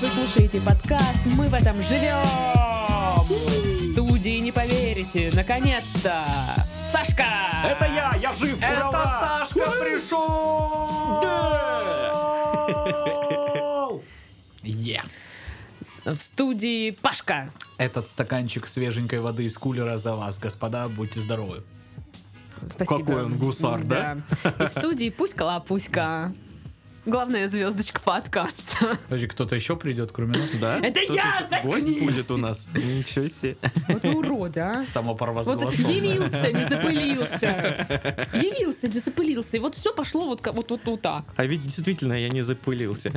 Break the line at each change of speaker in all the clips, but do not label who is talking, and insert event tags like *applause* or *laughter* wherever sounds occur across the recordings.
Вы слушаете подкаст «Мы в этом живем!» В студии, не поверите, наконец-то! Сашка!
Это я, я жив,
Это
ура!
Сашка пришел!
Я.
В студии Пашка.
Этот стаканчик свеженькой воды из кулера за вас, господа, будьте здоровы.
Спасибо.
Какой он гусар, да?
Да. И в студии Пуська Пуська. Главная звездочка подкаста.
Подожди, кто-то еще придет, кроме нас? Да?
Это я!
Гость
Заткнись!
будет у нас. Ничего себе.
Вот вы уроды, а!
Само
Вот явился, не
*laughs*
запылился. Явился, не запылился. И вот все пошло вот, ка- вот, вот, вот так.
А ведь действительно я не запылился.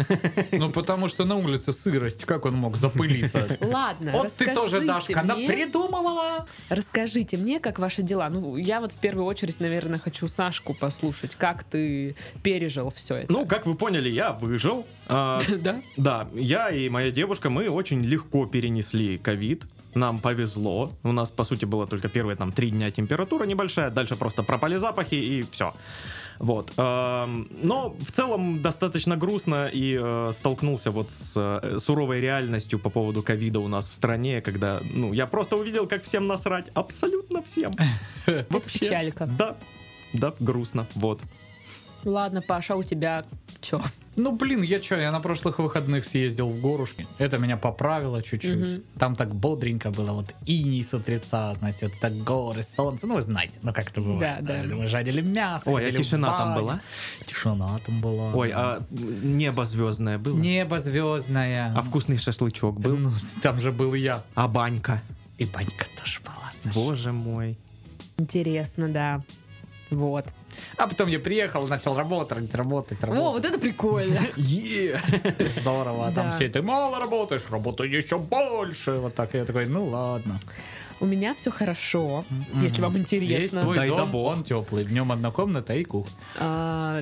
Ну, потому что на улице сырость, как он мог запылиться?
*laughs* Ладно,
Вот ты тоже,
расскажите
Дашка,
мне-
напридумывала!
Расскажите мне, как ваши дела. Ну, я вот в первую очередь, наверное, хочу Сашку послушать. Как ты пережил все это?
Ну, как вы поняли, я выжил. А,
*laughs* да?
Да, я и моя девушка, мы очень легко перенесли ковид. Нам повезло. У нас, по сути, было только первые там три дня температура небольшая, дальше просто пропали запахи и все. Вот. Эм, Но в целом достаточно грустно и э, столкнулся вот с э, суровой реальностью по поводу ковида у нас в стране, когда, ну, я просто увидел, как всем насрать. Абсолютно всем.
Это печалька. Ну,
Да, да, грустно, вот.
Ладно, Паша, а у тебя что?
Ну, блин, я чё, я на прошлых выходных съездил в Горушкин. Это меня поправило чуть-чуть.
Мгм.
Там так бодренько было, вот иней с утреца, знаете, вот так горы, солнце. Ну, вы знаете, ну как это бывает.
Да, да.
Мы жадили мясо.
Ой, а
ходили в
тишина там
баню.
была?
Тишина там была.
Ой, а небо звездное было?
Небо звездное.
А вкусный шашлычок был?
Ну, там же был я.
А банька?
И банька тоже была. Саша.
Боже мой.
Интересно, да. Вот.
А потом я приехал, начал работать, работать,
О,
работать.
вот это
*laughs*
прикольно.
Е!
Здорово, а там
Да.
все это мало работаешь, работай еще больше. Вот так. Я такой, ну ладно.
У меня все хорошо, если вам
Есть
интересно.
твой
Дай
дом,
добо.
он теплый. Днем одна комната и кухня.
А,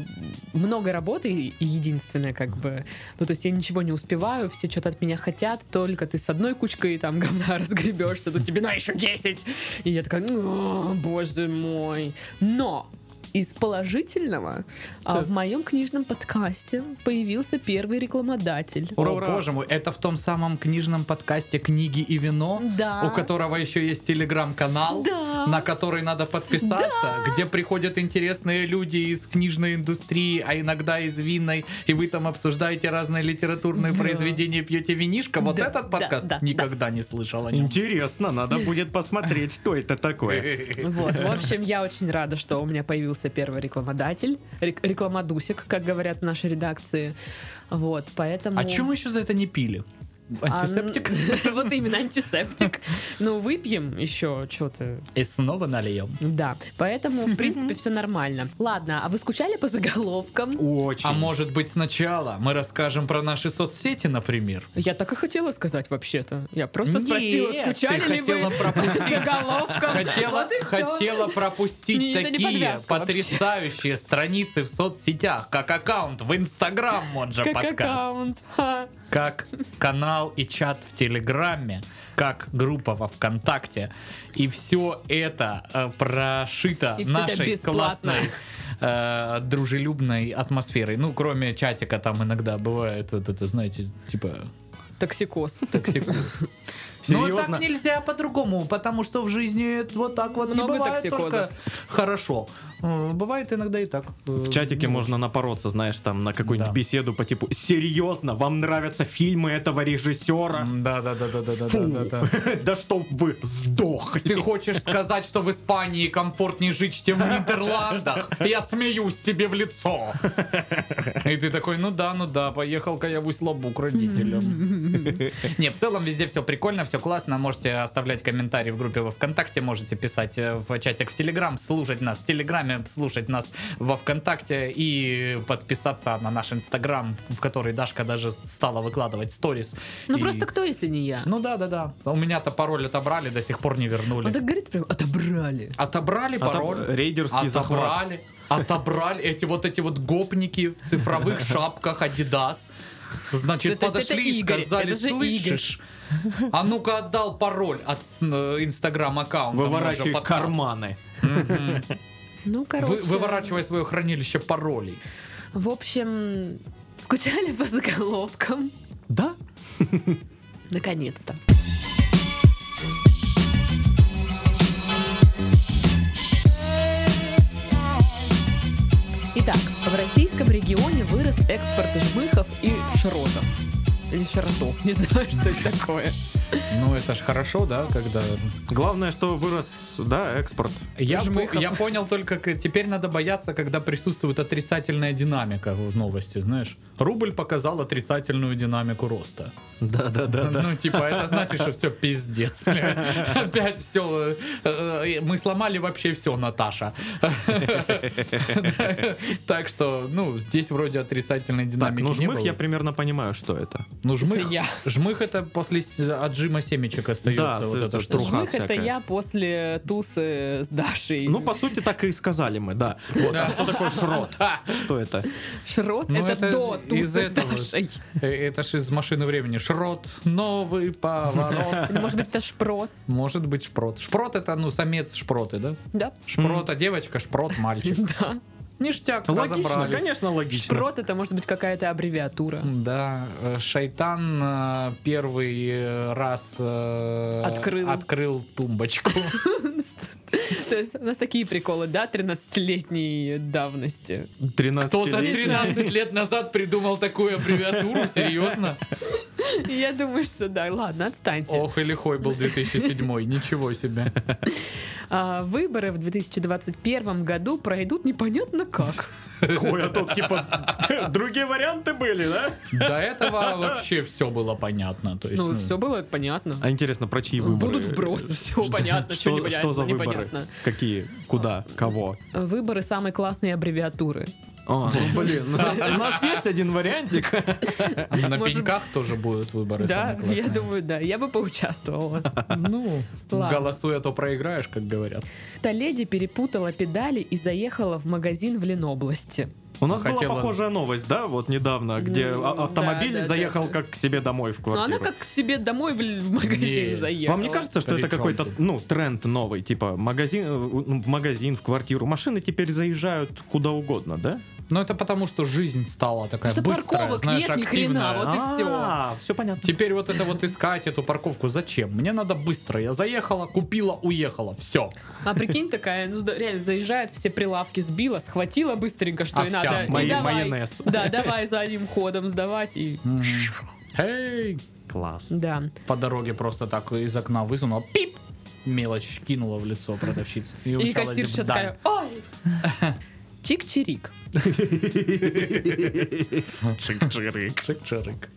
много работы и единственное, как бы. Ну, то есть я ничего не успеваю, все что-то от меня хотят, только ты с одной кучкой там говна *laughs* разгребешься, тут тебе на еще 10. И я такая, «О, боже мой. Но из положительного а,
Так.
в моем книжном подкасте появился первый рекламодатель.
Ура,
О,
ура.
боже мой, это в том самом книжном подкасте «Книги и вино»,
Да.
у которого еще есть телеграм-канал,
Да.
на который надо подписаться, где приходят интересные люди из книжной индустрии, а иногда из винной, и вы там обсуждаете разные литературные
Да.
произведения, пьете винишко. Вот
Да,
этот
да,
подкаст
да,
никогда не слышал о нем.
Интересно, надо будет посмотреть, что это такое.
Вот, в общем, я очень рада, что у меня появился первый рекламодатель, рек- рекламодусик, как говорят в нашей редакции. Вот, поэтому...
А чем мы еще за это не пили?
А,
Антисептик?
н- *laughs* Вот именно антисептик. Ну, выпьем еще что-то.
И снова нальем.
Да. Поэтому, в принципе, все нормально. Ладно, а вы скучали по заголовкам?
Очень.
А может быть сначала мы расскажем про наши соцсети, например?
Я так и хотела сказать вообще-то. Я просто
Нет,
спросила,
ты
скучали ли вы
хотела
по заголовкам.
Хотела,
Вот и всё.
хотела пропустить
Не, это не
такие
подвязка вообще.
потрясающие страницы в соцсетях, как аккаунт в Инстаграм Моджа
Как
подкаст,
аккаунт. Ха.
как канал и чат в Телеграме, как группа во ВКонтакте. И все это э, прошито
И всё это
нашей
бесплатно.
классной э, дружелюбной атмосферой. Ну, кроме чатика, там иногда бывает, вот это, знаете, типа
Токсикоз.
токсикоз.
Серьезно?
Но Ну, так нельзя по-другому, потому что в жизни это вот так вот
Много
не бывает
токсикозов.
только хорошо. Э, Бывает иногда и так. Э,
В чатике можно напороться, знаешь, там на какую-нибудь
Да.
беседу по типу «Серьезно, вам нравятся фильмы этого режиссера?»
Да, да, да, да, да, да,
Фу!
да, да.
Да чтоб вы сдохли!
Ты хочешь сказать, что в Испании комфортнее жить, чем в Нидерландах? Я смеюсь тебе в лицо. И ты такой, ну да, ну да, поехал-ка я в Усть-Лабу к родителям. Не, в целом везде все прикольно, все классно. Можете оставлять комментарии в группе во ВКонтакте, можете писать э, в чатик в Телеграм, слушать нас в Телеграме, слушать нас во ВКонтакте и подписаться на наш Инстаграм, в который Дашка даже стала выкладывать сторис.
Ну,
И-
просто кто, если не я?
ну да, да, да. У меня-то пароль отобрали, до сих пор не вернули.
Он Ну, так говорит прям, отобрали.
Отобрали
Отоб-
пароль.
А
А
рейдерский
отобрали,
э, захват.
Отобрали эти вот эти вот гопники в
*laughs*
цифровых шапках Adidas. Значит,
Да, то есть это
подошли и
Игорь,
сказали,
это же
слышишь? А ну-ка отдал пароль от э, инстаграм аккаунта.
Выворачивай карманы.
Ну, короче.
Выворачивай свое хранилище паролей.
В общем, скучали по заголовкам.
Да?
Наконец-то. Итак, в российском регионе вырос экспорт жмыхов и широтов. Или широтов, *laughs* не знаю, что это такое.
Ну, это ж хорошо, да, когда...
Главное, что вырос, да, экспорт.
Я, по-
Жмыхов.
я понял только, к- теперь надо бояться, когда присутствует отрицательная динамика в новости, знаешь. Рубль показал отрицательную динамику роста.
Да, да, да,
*laughs* Ну, типа, это значит, что все
*laughs*
пиздец, блядь. Опять все. Мы сломали вообще все, Наташа. *laughs* Так что, ну, здесь вроде отрицательной
Так,
динамики
ну
не
жмых
было.
я примерно понимаю, что это.
Ну,
Это
жмых,
я.
жмых это после с- отжима семечек
Да,
остается. вот
остается
эта
штука.
штука.
Труха
Жмых это
всякая.
я после тусы с Дашей.
Ну, по сути, так и сказали мы, да. Вот, а что такое шрот? Что это?
Шрот
Ну,
это,
это
до
из
тусы с
этого.
Дашей.
Э, Это ж из машины времени. Шрот, новый
*laughs*
поворот.
Может быть, это шпрот,
Может быть, шпрот. Шпрот это, ну, самец шпроты, да?
да?
Шпрота девочка, шпрот мальчик.
*laughs*
Да.
Ништяк,
Логично,
разобрались.
конечно, логично.
Шпрот это может быть какая-то аббревиатура.
Да, э, Шайтан э, первый э, раз э,
Открыл.
открыл
*laughs*
тумбочку.
То есть у нас такие приколы, да, 13-летней давности.
13
Кто-то
лет.
13 лет назад придумал такую аббревиатуру,
*laughs*
серьезно?
Я думаю, что да. Ладно, отстаньте.
Ох и лихой был
*laughs*
2007 ничего себе.
А, выборы в 2021 году пройдут непонятно как.
Ой, а тут типа *laughs* другие варианты были, да?
До этого вообще все было понятно. То есть,
Ну, все было понятно.
А интересно, про чьи выборы? э,
Будут вбросы, все понятно, что
Что,
непонятно,
что за выборы?
непонятно.
Какие? Куда? Кого?
Выборы самой классной аббревиатуры.
А, ну, блин, *laughs* у нас есть один вариантик.
На
может-
пеньках тоже будут выборы.
Да,
самые
я
классные.
думаю, да, я бы поучаствовала.
*laughs*
*laughs*
Ну,
Ладно.
голосуй, а то проиграешь, как говорят.
Та леди перепутала педали и заехала в магазин в Ленобласти.
У нас была
Хотела-
похожая новость, да, вот недавно, где
Ну,
а- автомобиль
да, да,
заехал
да.
как к себе домой в
Но
квартиру.
Ну, она как к себе домой в, л- в магазин
Не,
заехала.
Вам не кажется, что
При
это
чём
какой-то
тут?
ну тренд новый, типа магазин э, ну, в магазин, в квартиру, машины теперь заезжают куда угодно, да?
Ну, это потому, что жизнь стала такая
Что
быстрая,
парковок
знаешь,
нет ни хрена,
активная.
вот и все.
все А, понятно.
Теперь вот это вот искать эту парковку зачем? Мне надо быстро. Я заехала, купила, уехала. Все.
А прикинь, такая, ну да, реально заезжает, все прилавки сбила, схватила быстренько, что и
Овсянку.
надо. и
Май-
давай.
А майонез.
Да, давай задним ходом сдавать. И...
Эй,
Класс.
Да.
по дороге просто так из окна высунула. Пип! Мелочь кинула в лицо продавщица.
И
умчалась
кассирша
вдаль.
такая, ой! Чик-чирик.
Шик-шарик.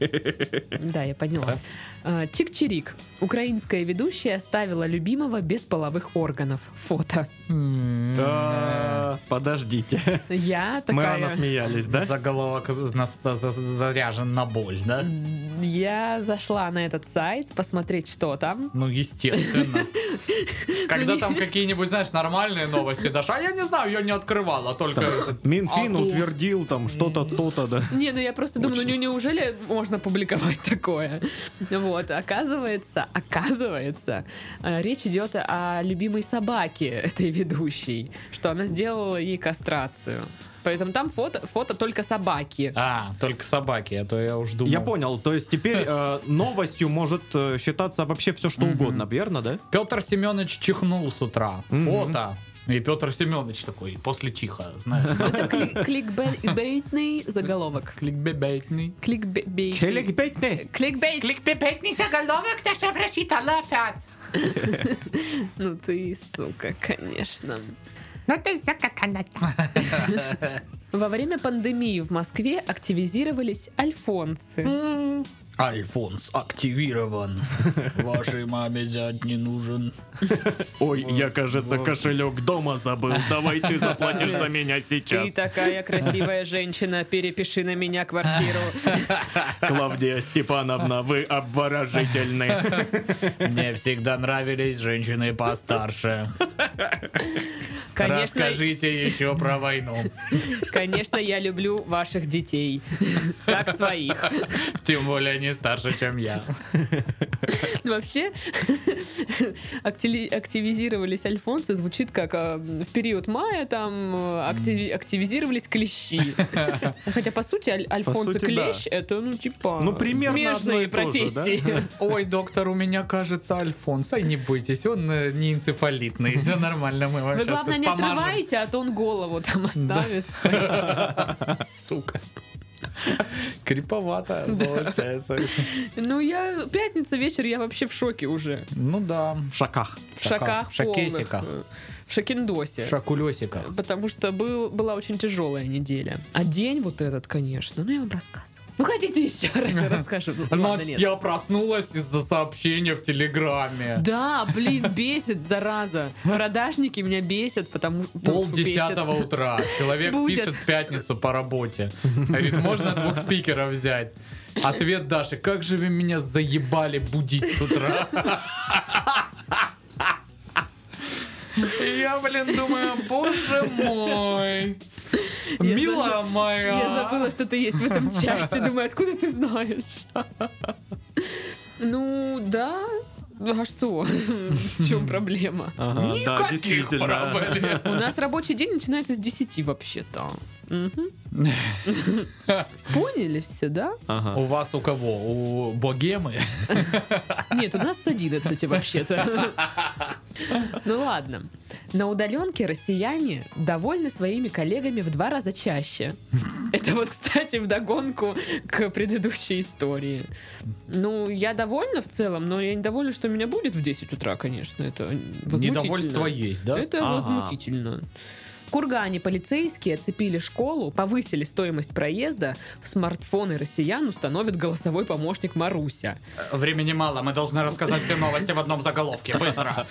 Да, я поняла. А, Чик-чирик. Украинская ведущая оставила любимого без половых органов. Фото. «М-м-м».
А,
*laughs*
Подождите.
Я
Мы рано
такая...
смеялись, да?
Заголовок на- за- за- заряжен на боль, да?
Я зашла на этот сайт посмотреть, что там. *laughs*
Ну, естественно. Когда там какие-нибудь, знаешь, нормальные новости дашь, а я не знаю, я не открывала, только... это.
Минфин
А тут-
утвердил там что-то, то-то, да.
Не, ну я просто думаю, ну не- неужели можно публиковать такое? Вот, оказывается, оказывается, э, речь идет о любимой собаке этой ведущей, что она сделала ей кастрацию. Поэтому там фото, фото только собаки.
А, только собаки, а то я уж думал.
Я понял, то есть теперь э, новостью может э, считаться вообще все что угодно, верно, да?
Петр Семенович чихнул с утра.
Мгм.
Фото. И Петр Семенович такой, после чиха, знаешь.
Ну, *laughs* Это кли- кликбейтный заголовок.
Кликбебейтный.
Кликбейтный. Кликбейт.
Кликбебейтный заголовок Даша прочитала опять.
Ну ты, сука, конечно.
No te saca canasta.
Во время пандемии в Москве активизировались альфонсы.
Альфонс *laughs* активирован. Вашей маме зять не нужен.
Ой, я, кажется, кошелек дома забыл. Давай ты заплатишь за меня
Ты такая красивая женщина, перепиши на меня
*laughs*
квартиру.
Клавдия Степановна, вы обворожительны.
Мне всегда нравились женщины постарше.
Конечно,
Расскажите еще про войну.
конечно, я люблю ваших детей, как своих.
Тем более они старше, чем я.
Вообще, актили- активизировались альфонсы звучит как э, в период мая там э, активи- активизировались
*laughs*
клещи. Хотя, по сути, аль- альфонсы
сути,
клещ это, ну, типа,
Ну, примерно одно
смежные
и то же,
профессии.
*laughs*
Ой, доктор, у меня кажется Альфонс. Ай, не бойтесь, он э, не энцефалитный. Все нормально, мы вам
Вы,
сейчас
главное,
тут
не
помажем.
отрывайте, а то он голову там оставит.
Сука. Криповато
Да.
получается.
Ну, я... Пятница вечер, я вообще в шоке уже.
Ну да.
В шаках.
В
Шака-
шоках полных.
шакесиках.
э, В шокиндосе.
В шакулесиках.
Потому что был, была очень тяжелая неделя. А день вот этот, конечно, ну я вам рассказывала. Ну хотите еще раз я расскажу? Ну, ладно,
Значит,
нет.
я проснулась из-за сообщения в Телеграме.
Да, блин, бесит, зараза. Продажники меня бесят, потому что... ну,
Пол десятого
бесят.
утра. Человек
Будет.
пишет в пятницу по работе. Говорит, можно двух спикеров взять? Ответ Даши, как же вы меня заебали будить с утра. Я, блин, думаю, боже мой.
Я
Мила
забыла-
моя.
Я забыла, что ты есть в
*laughs*
этом чате. Думаю, откуда ты знаешь? Ну, да. А что? *laughs* В чем проблема?
Ага, да,
Никаких
действительно.
проблем.
У нас рабочий день начинается с 10 вообще-то. Мгм. Поняли все, да?
Ага.
У вас у кого? У богемы?
Нет, у нас с 11 вообще-то. Ну ладно. На удаленке россияне довольны своими коллегами в два раза чаще. Это вот, кстати, вдогонку к предыдущей истории. Ну, я довольна в целом, но я недовольна, что меня будет в 10 утра, конечно. Это возмутительно.
Недовольство есть, да?
Это
Ага.
возмутительно. В Кургане полицейские оцепили школу, повысили стоимость проезда, в смартфоны россиян установит голосовой помощник Маруся.
Времени мало, мы должны рассказать все новости в одном заголовке. Быстро.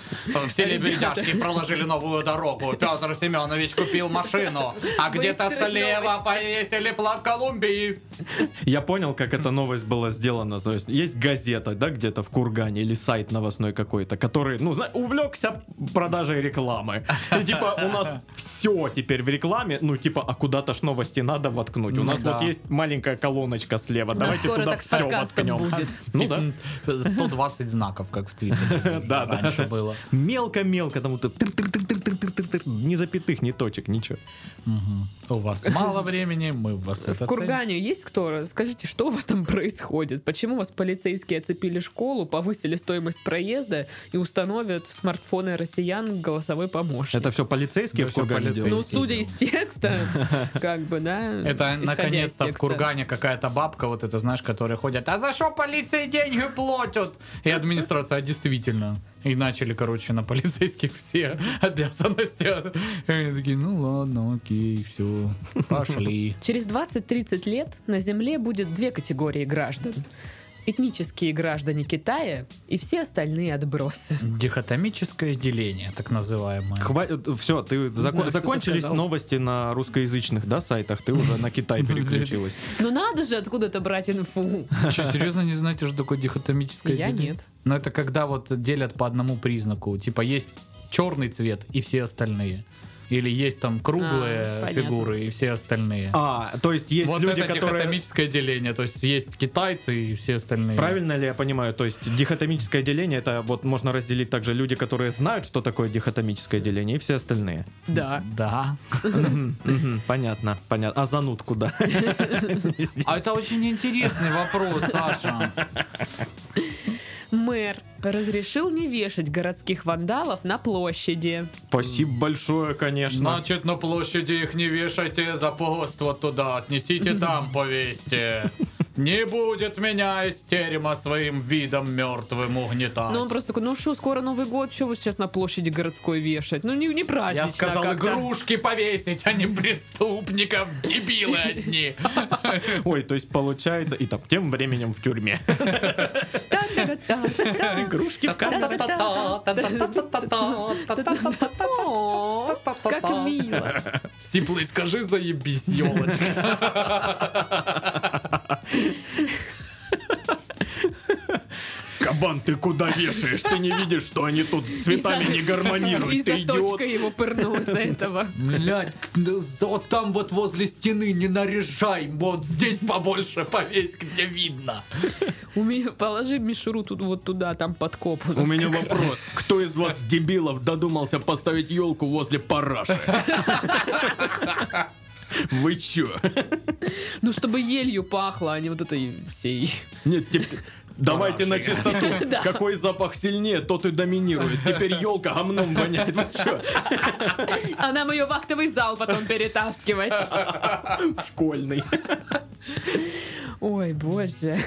Все лебедяшки проложили новую дорогу. Петр Семенович купил машину. А где-то
Быстрые
слева повесили флаг Колумбии.
Я понял, как эта новость была сделана. То есть есть газета, да, где-то в Кургане или сайт новостной какой-то, который, ну, зна- увлекся продажей рекламы. И типа у нас все теперь в рекламе, ну, типа, а куда-то ж новости надо воткнуть. У
Ну
нас
да.
вот есть маленькая колоночка слева,
У нас
давайте
скоро
туда
так с
все
подкастом
воткнем.
будет.
Ну да.
120 знаков, как в Твиттере.
Да, да.
Раньше было.
Мелко-мелко там вот это тыр-тыр-тыр-тыр-тыр-тыр-тыр, ни запятых, ни точек, ничего.
У вас мало времени, мы вас это
В Кургане есть кто? Скажите, что у вас там *laughs* происходит? Почему вас полицейские оцепили школу, повысили стоимость проезда и установят в смартфоны россиян голосовой помощник?
Это все полицейские
Да
в
всё
Кургане
полицейские.
делают?
Ну, судя из текста, как бы, да?
Это
исходя из
наконец-то в
текста.
Кургане какая-то бабка, вот это, знаешь, которые ходят, а за что полиции деньги платят? И администрация, «А, действительно. И начали, короче, на полицейских все *laughs* обязанности. И они такие, ну ладно, окей, все, пошли.
Через 20-30 лет на Земле будет две категории граждан. Этнические граждане Китая и все остальные отбросы.
Дихотомическое деление, так называемое.
все, ты зако-
знаю, что ты
закончились
сказал.
новости на русскоязычных да, сайтах, ты уже на Китай переключилась.
Ну надо же откуда-то брать инфу.
*laughs* Че, серьезно не знаете, что такое дихотомическое
Я
деление?
нет.
Ну это когда вот делят по одному признаку. Типа есть черный цвет и все остальные. Или есть там круглые
А, понятно.
фигуры и все остальные.
А, то есть есть
вот
люди,
это
которые...
дихотомическое деление, то есть есть китайцы и все остальные.
Правильно ли я понимаю? То есть дихотомическое деление, это вот можно разделить также люди, которые знают, что такое дихотомическое деление, и все остальные.
Да.
Да.
Мгм, мгм, Понятно, понятно. А зануд куда?
А это очень интересный
*laughs*
вопрос, Саша.
Мэр разрешил не вешать городских вандалов на площади.
*laughs* Спасибо большое, конечно.
Значит, на площади их не вешайте за пост вот туда,
*laughs*
отнесите там, повесьте. Не будет меня из терема своим видом мертвым угнетать.
А
Ну он просто такой, ну что, скоро Новый год, что вы сейчас на площади городской вешать? Ну не, не празднично
Я сказал
как-то.
игрушки повесить, а не преступников, дебилы одни.
Ой, то есть получается, и там тем временем в тюрьме.
*laughs*
Та-та-та-та.
Игрушки в
О, Как мило.
Сиплый, скажи, заебись, елочка.
Кабан, ты куда вешаешь? Ты не видишь, что они тут
И за-
цветами не гармонируют?
И
Ты
за
идиот.
точкой его пырнул за этого.
Блять, вот там вот *laughs* возле стены не наряжай, вот здесь побольше повесь, где видно.
У меня положи мишуру тут вот туда, там под коп.
У меня вопрос. Кто из вас, дебилов, додумался поставить елку возле
*laughs*
параши? Вы чё?
Ну, чтобы елью пахло, а не вот этой всей.
Нет, теп- Давайте на
Парашей.
чистоту. Какой запах сильнее, тот и доминирует. Теперь елка гомном воняет. Вы чё?
А нам ее в актовый зал потом перетаскивать.
Школьный.
Ой, боже.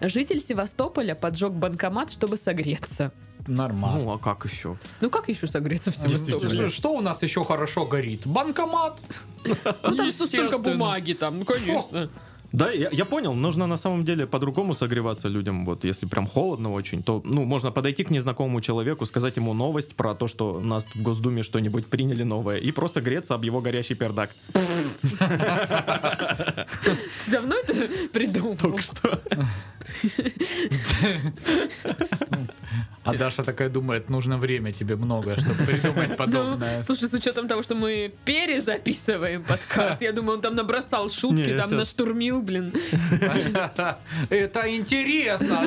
Житель Севастополя поджег банкомат, чтобы согреться.
Нормально.
Ну, а как еще?
Ну как еще согреться в
А,
Ну, Что
Севастополе?
что у нас еще хорошо горит? Банкомат.
Ну там со- столько
Естественно.
бумаги там, ну конечно.
Да, я, я понял, нужно на самом деле по-другому согреваться людям. Вот если прям холодно очень, то ну можно подойти к незнакомому человеку, сказать ему новость про то, что у нас в Госдуме что-нибудь приняли новое, и просто греться об его горящий пердак.
Ты давно это придумал?
Только что.
А Даша такая думает, нужно время тебе многое, чтобы придумать
Ну,
подобное.
слушай, с учетом того, что мы перезаписываем подкаст, я думаю, он там набросал шутки,
Не,
там
всё.
наштурмил,
*laughs*
блин.
*laughs* Это *laughs* интересно.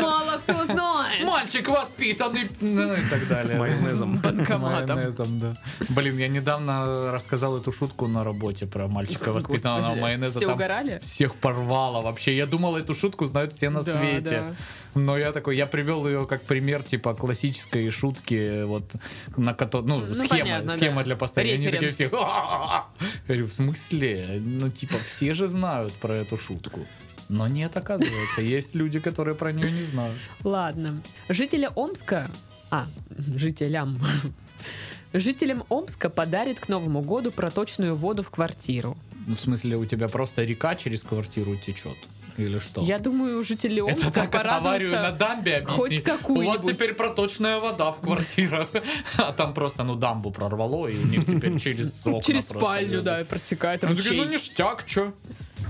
Мало кто знает.
Мальчик воспитанный. ну, И так далее.
Майонезом.
Банкоматом.
Майонезом, да. Блин, я недавно рассказал эту шутку на работе про мальчика воспитанного
Господи.
майонеза.
Все
Там
угорали?
Всех порвало вообще. Я думал, эту шутку знают все на
Да,
свете. Но я такой, я привел ее как пример, типа, классической шутки, вот, на которой, ну,
Ну,
схема,
понятно,
схема
да.
для построения. Они такие
Референс.
все, «Ха-ха-ха». Я говорю, в смысле? Ну, типа, все же знают про эту шутку. Но нет, оказывается, есть люди, которые про нее не знают.
Ладно. Жителя Омска... А, жителям. Жителям Омска подарит к Новому году проточную воду в квартиру.
Ну, в смысле, у тебя просто река через квартиру течет? Или что?
Я думаю, жители
Это
Омска
так аварию на
порадуются...
дамбе объяснить.
хоть
У вас
какую-нибудь.
теперь проточная вода в квартирах. *laughs* А там просто, ну, дамбу прорвало, и у них
*laughs*
теперь через окна
Через
просто
спальню,
лезут.
да, и протекает
Они такие, ну,
ручей.
ништяк, чё?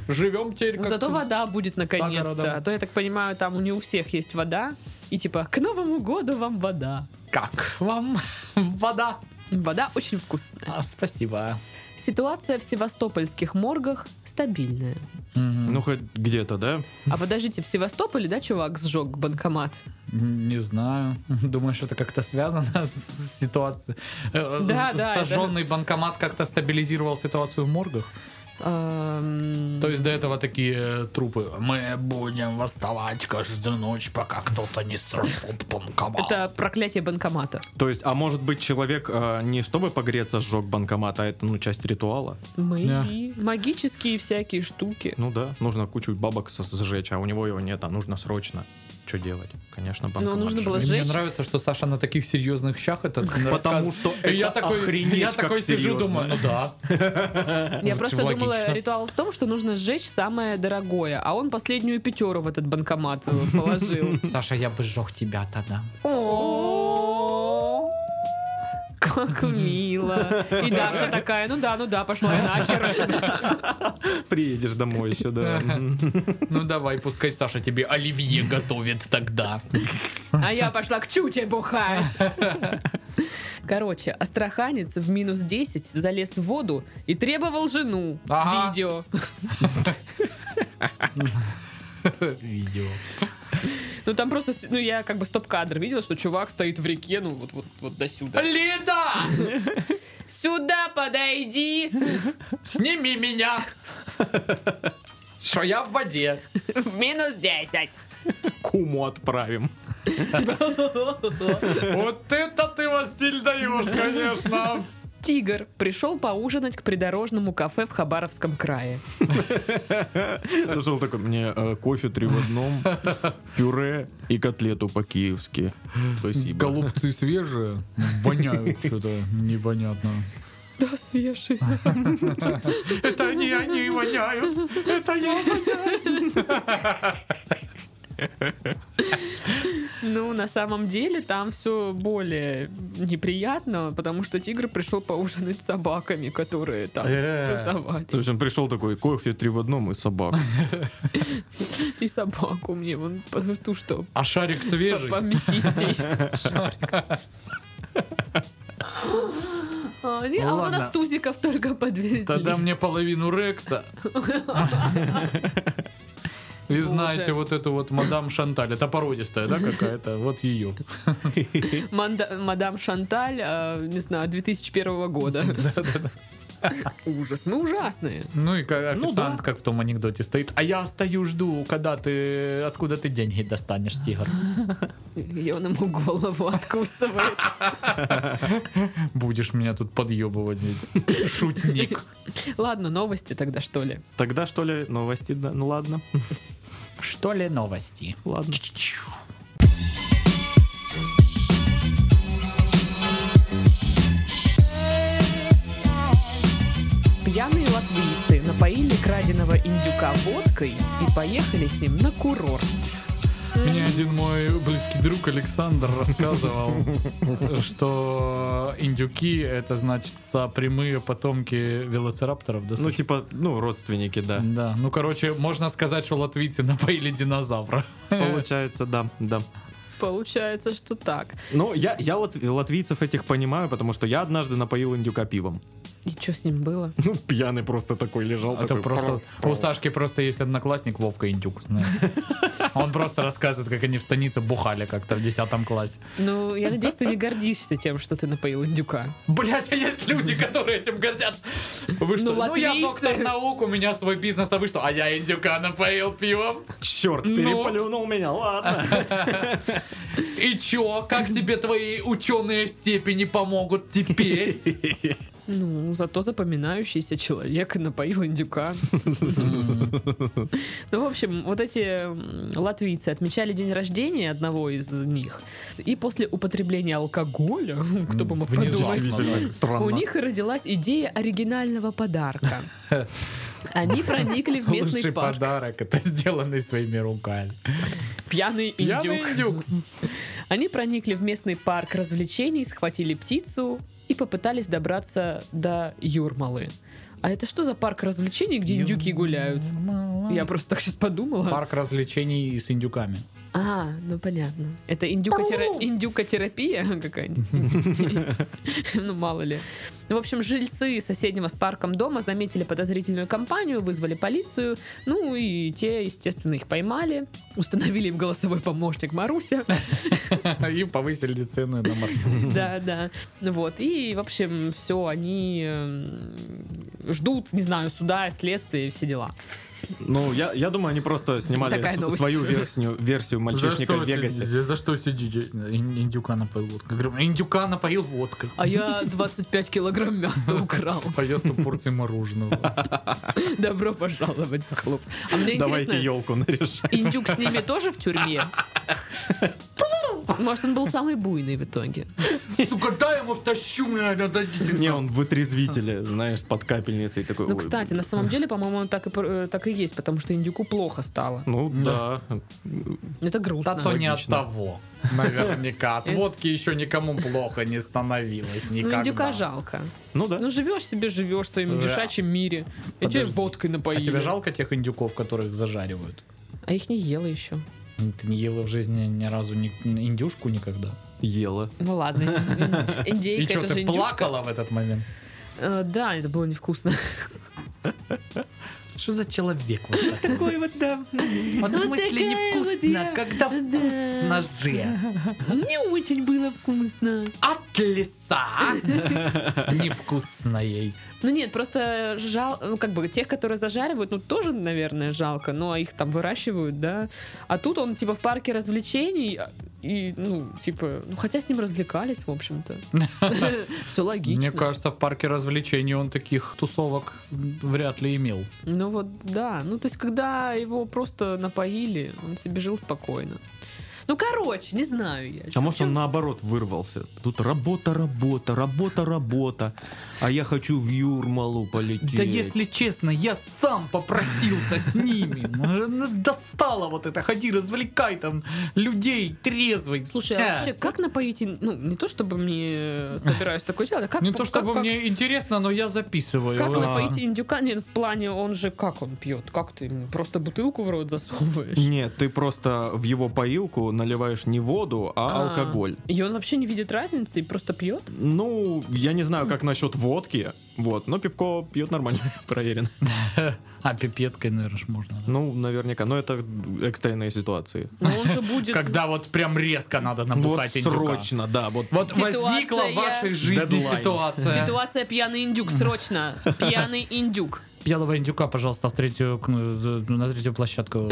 Живем теперь как...
Зато вода будет наконец-то.
городом.
А то, я так понимаю, там у не у всех есть вода. И типа, к Новому году вам вода.
Как вам *laughs* вода?
Вода очень вкусная.
А, спасибо.
Ситуация в севастопольских моргах стабильная.
Ну, хоть где-то, да?
А подождите, в Севастополе, да, чувак сжег банкомат?
Не знаю. Думаешь, это как-то связано *laughs* с ситуацией? Э,
Да, да,
Сожженный банкомат как-то стабилизировал ситуацию в моргах?
Эм,
То есть до этого такие э, трупы. Мы будем восставать каждую ночь, пока кто-то не сожжет банкомат.
Это проклятие банкомата.
То есть, а может быть, человек э, не чтобы погреться сжег банкомат, а это, ну, часть ритуала?
Мы
Да.
магические всякие штуки.
Ну да, нужно кучу бабок со- сжечь, а у него его нет, а нужно срочно. Что делать? Конечно, банкомат.
Ну, а нужно
сжечь.
было
Мне
сжечь.
нравится, что Саша на таких серьезных щах это
Потому что
*laughs* И я
это
такой,
охренеть,
я
как
такой сижу,
серьезно.
думаю, ну да.
Я
Ну,
просто
логично.
думала, ритуал в том, что нужно сжечь самое дорогое, а он последнюю пятеру в этот банкомат э,
*laughs*
положил.
Саша, я бы сжег тебя тогда.
О, Как мило. И
*laughs*
Даша такая, ну да, ну да, пошла я нахер.
Приедешь домой еще, да. Мгм.
Ну давай, пускай Саша тебе оливье готовит тогда.
А я пошла к чуте бухать. *laughs* Короче, астраханец в минус 10 залез в воду и требовал жену.
Ага.
Видео.
Видео.
Ну там просто, с- ну я как бы стоп-кадр видела, что чувак стоит в реке, ну вот, вот, вот до сюда.
Лида,
Сюда подойди!
сними меня. Что я в воде.
В минус 10.
Куму отправим.
Вот это ты вас сильно даешь, конечно.
Тигр пришел поужинать к придорожному кафе в Хабаровском крае.
Зашел Ну, такой, мне э, кофе три в одном, пюре и котлету по-киевски. Спасибо.
Голубцы свежие, воняют что-то непонятно.
Да, свежий.
Это они, они воняют. Это я
Ну, на самом деле, там все более неприятно, потому что тигр пришел поужинать с собаками, которые там
Э.
тусовали.
То есть он пришел такой, кофе три в одном и собак.
И собаку мне вон по- ту, что
А шарик
по
свежий? *laughs*
помесистей. А не, а вот у
Ну Ладно.
нас тузиков только подвезли.
Тогда мне половину Рекса. И
Боже.
знаете вот эту вот мадам Шанталь, это породистая, да, какая-то? Вот ее.
Манда- мадам Шанталь, э, не знаю, 2001
*laughs*
года. Ужас. Мы ужасные.
Ну и ка-
Ну
официант,
да.
как в том анекдоте, стоит. А я стою, жду, когда ты, откуда ты деньги достанешь, тигр.
И он ему голову откусывает.
Будешь меня
*laughs*
тут подъебывать. Шутник.
Ладно, новости тогда, что ли?
Тогда что ли новости? Да, ну ладно,
Что ли новости?
ладно.
Пьяные латвийцы напоили краденого индюка водкой и поехали с ним на курорт.
Мне один мой близкий друг Александр рассказывал,
*laughs*
что индюки это значит прямые потомки велоцирапторов. да,
Ну
Саша?
типа, ну родственники, да.
Да, ну короче, можно сказать, что латвийцы *laughs* напоили динозавра.
Получается, да, да.
Получается, что так.
Ну, я, я лат- латвийцев этих понимаю, потому что я однажды напоил индюка пивом. *laughs*
И что с ним было?
Ну, пьяный просто такой лежал.
Это
Ну, такой,
А просто...
«Пр-
У
пр».
Сашки просто есть одноклассник Вовка Индюк. знаешь.
*laughs*
Он просто рассказывает, как они в станице бухали как-то в 10 классе.
Ну, я надеюсь, ты не гордишься тем, что ты напоил индюка.
Блять, а есть люди, которые этим гордятся. Вы
Ну,
что? Ну, я
латвийцы.
доктор наук, у меня свой бизнес, а вы что? А я индюка напоил пивом.
Черт,
Ну.
переплюнул меня,
*laughs*
ладно.
И чё? Как тебе твои ученые степени помогут теперь?
Ну, зато запоминающийся человек напоил индюка. Ну, в общем, вот эти м, латвийцы отмечали день рождения одного из них. И после употребления алкоголя, кто бы мог подумать, у них и родилась идея оригинального подарка.
*laughs*
Они проникли в местный
*laughs* Лучший
парк.
подарок это сделанный своими руками.
Пьяный
Пьяный
индюк.
индюк.
Они проникли в местный парк развлечений, схватили птицу и попытались добраться до Юрмалы. А это что за парк развлечений, где индюки гуляют? Я просто так сейчас подумала.
Парк развлечений с индюками. *laughs*
А, ну понятно. Это индюкотера- индюкотерапия какая-нибудь. *laughs* Ну, мало ли. Ну, в общем, жильцы соседнего с парком дома заметили подозрительную компанию, вызвали полицию. Ну, и те, естественно, их поймали. Установили им голосовой помощник Маруся.
И повысили цены на маршрут.
Да, да. Ну Вот. И, в общем, все, они эм, ждут, не знаю, суда, следствия и все дела.
Ну, я, я думаю, они просто снимали
Такая
с-
новость.
свою версию, версию мальчишника в Вегасе.
За что сидите? Индюка напоил водкой. Говорю, Индюка напоил водкой.
А я 25 килограмм мяса украл.
Поест порции мороженого.
Добро пожаловать в клуб. А мне
Давайте
интересно,
елку наряжать.
индюк с ними тоже в тюрьме? *laughs* Может, он был самый буйный в итоге.
Сука, дай ему втащу, мне
Не, он в отрезвителе, знаешь, под капельницей такой.
Ну,
«Ой,
кстати, на самом деле, по-моему, он так и, пр- э, так и есть, потому что индюку плохо стало.
Ну да.
Это грустно.
то не от
Логично.
*laughs* того. Наверняка. От водки еще никому плохо не становилось
Э, Ну,
никогда.
индюка жалко.
Ну да.
Ну, живешь себе, живешь в своем
Да.
индюшачьем мире. И
Подожди.
тебе водкой
А
напоили.
тебе жалко тех индюков, которых зажаривают?
А их не ела еще.
Ты не ела в жизни ни разу ни- индюшку никогда?
Ела.
Ну
*laughs*
ладно, ин-
И
индейка
что,
это же
ты
индюшка.
плакала в этот момент?
Э, Да, это было
*laughs*
невкусно.
Что за человек вот такой?
Такой вот, да.
Вот в смысле невкусно, когда
Да.
вкусно же.
Не очень было вкусно.
От леса. Невкусно ей.
Ну нет, просто жал, ну как бы тех, которые зажаривают, ну тоже, наверное, жалко, но а их там выращивают, да. А тут он типа в парке развлечений а, и ну типа, ну хотя с ним развлекались в
*laughs*
общем-то. Все
Мне
логично.
кажется, в парке развлечений он таких тусовок вряд ли имел.
Ну вот, да. Ну, то есть, когда его просто напоили, он себе жил спокойно. Ну, короче, не знаю я.
А может он наоборот вырвался? Тут работа, работа, работа, работа. А я хочу в Юрмалу полететь.
Да если честно, я сам попросился
*laughs*
с ними. Ну, Достало вот это, ходи, развлекай там людей трезвый.
Слушай,
Э.
а вообще, как напоить... ин- Ну, не то, чтобы мне собираюсь такое делать, а как...
Не
по-
то чтобы
как-
мне интересно, но я записываю.
Как как
А.
напоить индюка? Нет, в плане, он же как он пьет? Как ты ему просто бутылку в рот засовываешь?
Нет, ты просто в его поилку наливаешь не воду, а,
А,
алкоголь.
И он вообще не видит разницы и просто пьет?
Ну, я не знаю, как насчет водки, вот, но пивко пьет нормально, *laughs* проверено.
А пипеткой, наверное, ж можно.
Ну, наверняка. Но это экстренные ситуации.
Но он же будет...
Когда вот прям резко надо
Вот
набухать индюка.
срочно, да. Вот
Вот
Ситуация
возникла в вашей жизни
Дедлайн.
ситуация.
Ситуация пьяный индюк, срочно. Пьяный индюк.
Пьяного индюка, пожалуйста, в третью, к- на
*laughs*
третью площадку.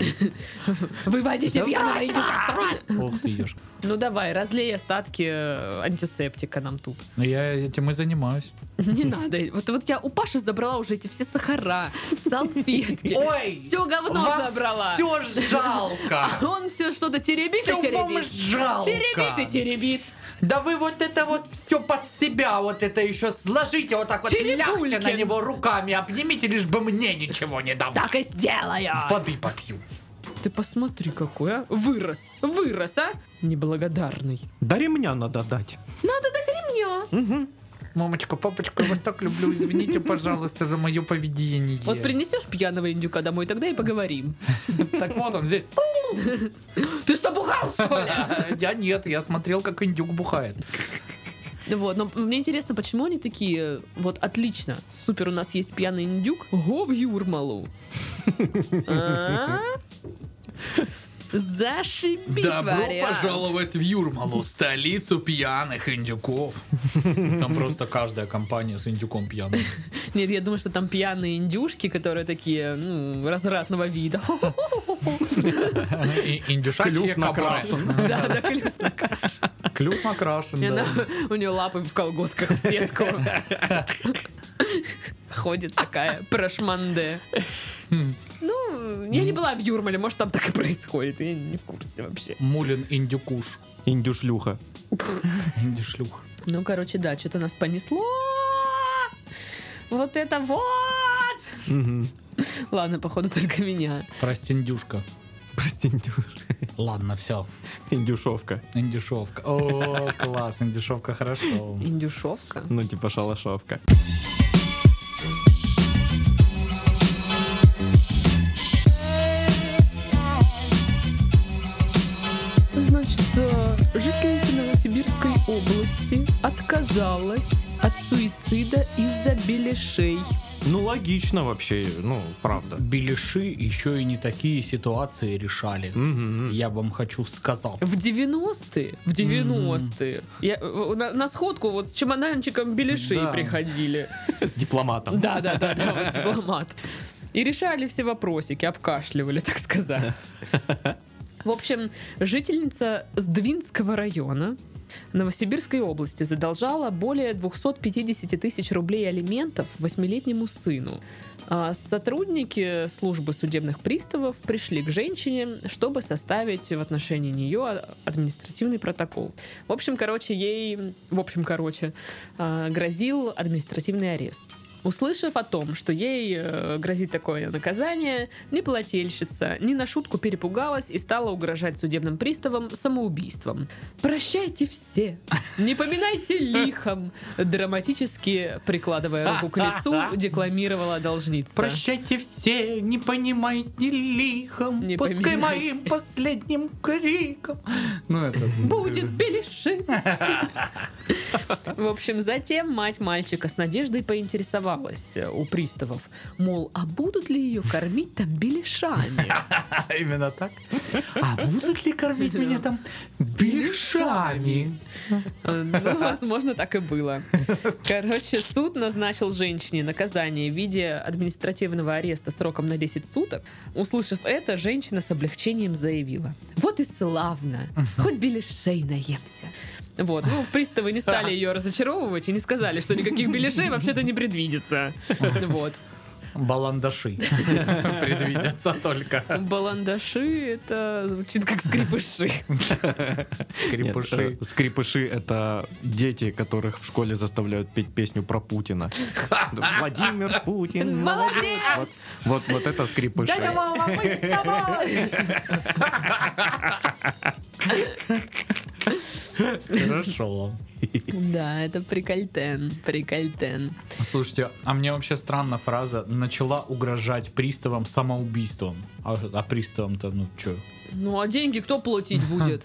Выводите пьяного индюка, срочно!
Ох ты ешь.
Ну давай, разлей остатки э, антисептика нам тут. *laughs*
Ну, я этим и занимаюсь.
Не надо. Вот, вот я у Паши забрала уже эти все сахара, салфетки.
Ой,
Все говно забрала.
все жалко.
А Он все что-то теребит и
Всё вам
теребит.
жалко.
Теребит и теребит.
Да вы вот это вот все под себя, вот это еще сложите, вот так вот
Теребулькин.
лягте на него руками, обнимите, лишь бы мне ничего не давать.
Так и сделаю.
Воды попью.
Ты посмотри какой, а. Вырос. Вырос, а. Неблагодарный.
до ремня надо дать.
Надо дать ремня.
Мамочка, папочка, я вас так люблю, извините, пожалуйста, за мое поведение.
Вот принесешь пьяного индюка домой, тогда и поговорим.
Так вот он здесь.
*laughs* Ты что, бухал, что ли?
*laughs* Я нет, я смотрел, как индюк бухает.
*laughs* Вот, но мне интересно, почему они такие, вот, отлично, супер, у нас есть пьяный индюк, го в Юрмалу. *laughs* А? Зашибись, вариант.
в Юрмалу, столицу пьяных индюков. Там просто каждая компания с индюком пьяным. *laughs*
Нет, я думаю, что там пьяные индюшки, которые такие, ну, развратного вида. *laughs*
Индюшачьи
Клюв
кобры.
накрашен.
Да, да, клёво.
Клюв накрашен,
И
да.
она- У нее лапы в колготках в сетку. Ходит такая прошманде.
Хм.
Ну, я не была в Юрмале, может, там так и происходит. Я не в курсе вообще.
Мулин индюкуш.
Индюшлюха. *laughs*
Индюшлюх.
Ну, короче, да, что-то нас понесло. Вот это вот!
Мгм.
Ладно, походу, только меня.
Прости, индюшка.
Прости, индюш-
Ладно, все.
индюшовка.
Индюшовка. О, класс, индюшовка, хорошо.
Индюшовка.
Ну, типа шалашовка.
Значит, э, жительница Новосибирской области отказалась от суицида из-за беляшей.
Ну, логично вообще, ну, правда.
Беляши еще и не такие ситуации решали.
Мгм.
Я вам хочу сказать.
В 90-е, в 90-е, Я, э, на, на сходку вот с чемоданчиком беляшей
Да.
приходили.
С дипломатом.
Да, да, да, да, вот дипломат. И решали все вопросики, обкашливали, так сказать. В общем, жительница Сдвинского района Новосибирской области задолжала более 250 тысяч рублей алиментов восьмилетнему сыну. А сотрудники службы судебных приставов пришли к женщине, чтобы составить в отношении нее административный протокол. В общем, короче, ей, в общем, короче, а, грозил административный арест. Услышав о том, что ей э, грозит такое наказание, ни плательщица, ни на шутку перепугалась и стала угрожать судебным приставам самоубийством. «Прощайте все! Не поминайте лихом!» Драматически, прикладывая руку к лицу, декламировала должница.
Прощайте все, не понимайте лихом,
Не
пускай
поминайте.
моим последним криком. Ну это
Будет беляши. В общем, затем мать мальчика с надеждой поинтересовалась э, у приставов. Мол, а будут ли ее кормить там беляшами?
именно так. А будут ли кормить меня там беляшами?
Э, Ну, возможно, так и было. Короче, суд назначил женщине наказание в виде административного ареста сроком на 10 суток. Услышав это, женщина с облегчением заявила. Вот и славно. Хоть беляшей наемся. Вот, ну, приставы не стали ее разочаровывать и не сказали, что никаких беляшей вообще-то не предвидится. Вот.
*laughs*
Баландаши предвидятся только.
Баландаши, это звучит как скрипыши.
Нет,
Крепыши.
э, Скрипыши — это дети, которых в школе заставляют петь песню про Путина. Владимир Путин,
Молодец!
молодец! Вот- Вот вот это скрипыши.
Дядя мама, мы с тобой!
Хорошо.
Да, это прикольтен, прикольтен.
Слушайте, а мне вообще странна фраза «начала угрожать приставам самоубийством». А, а приставам-то, ну чё?
Ну а деньги кто платить
*laughs*
будет?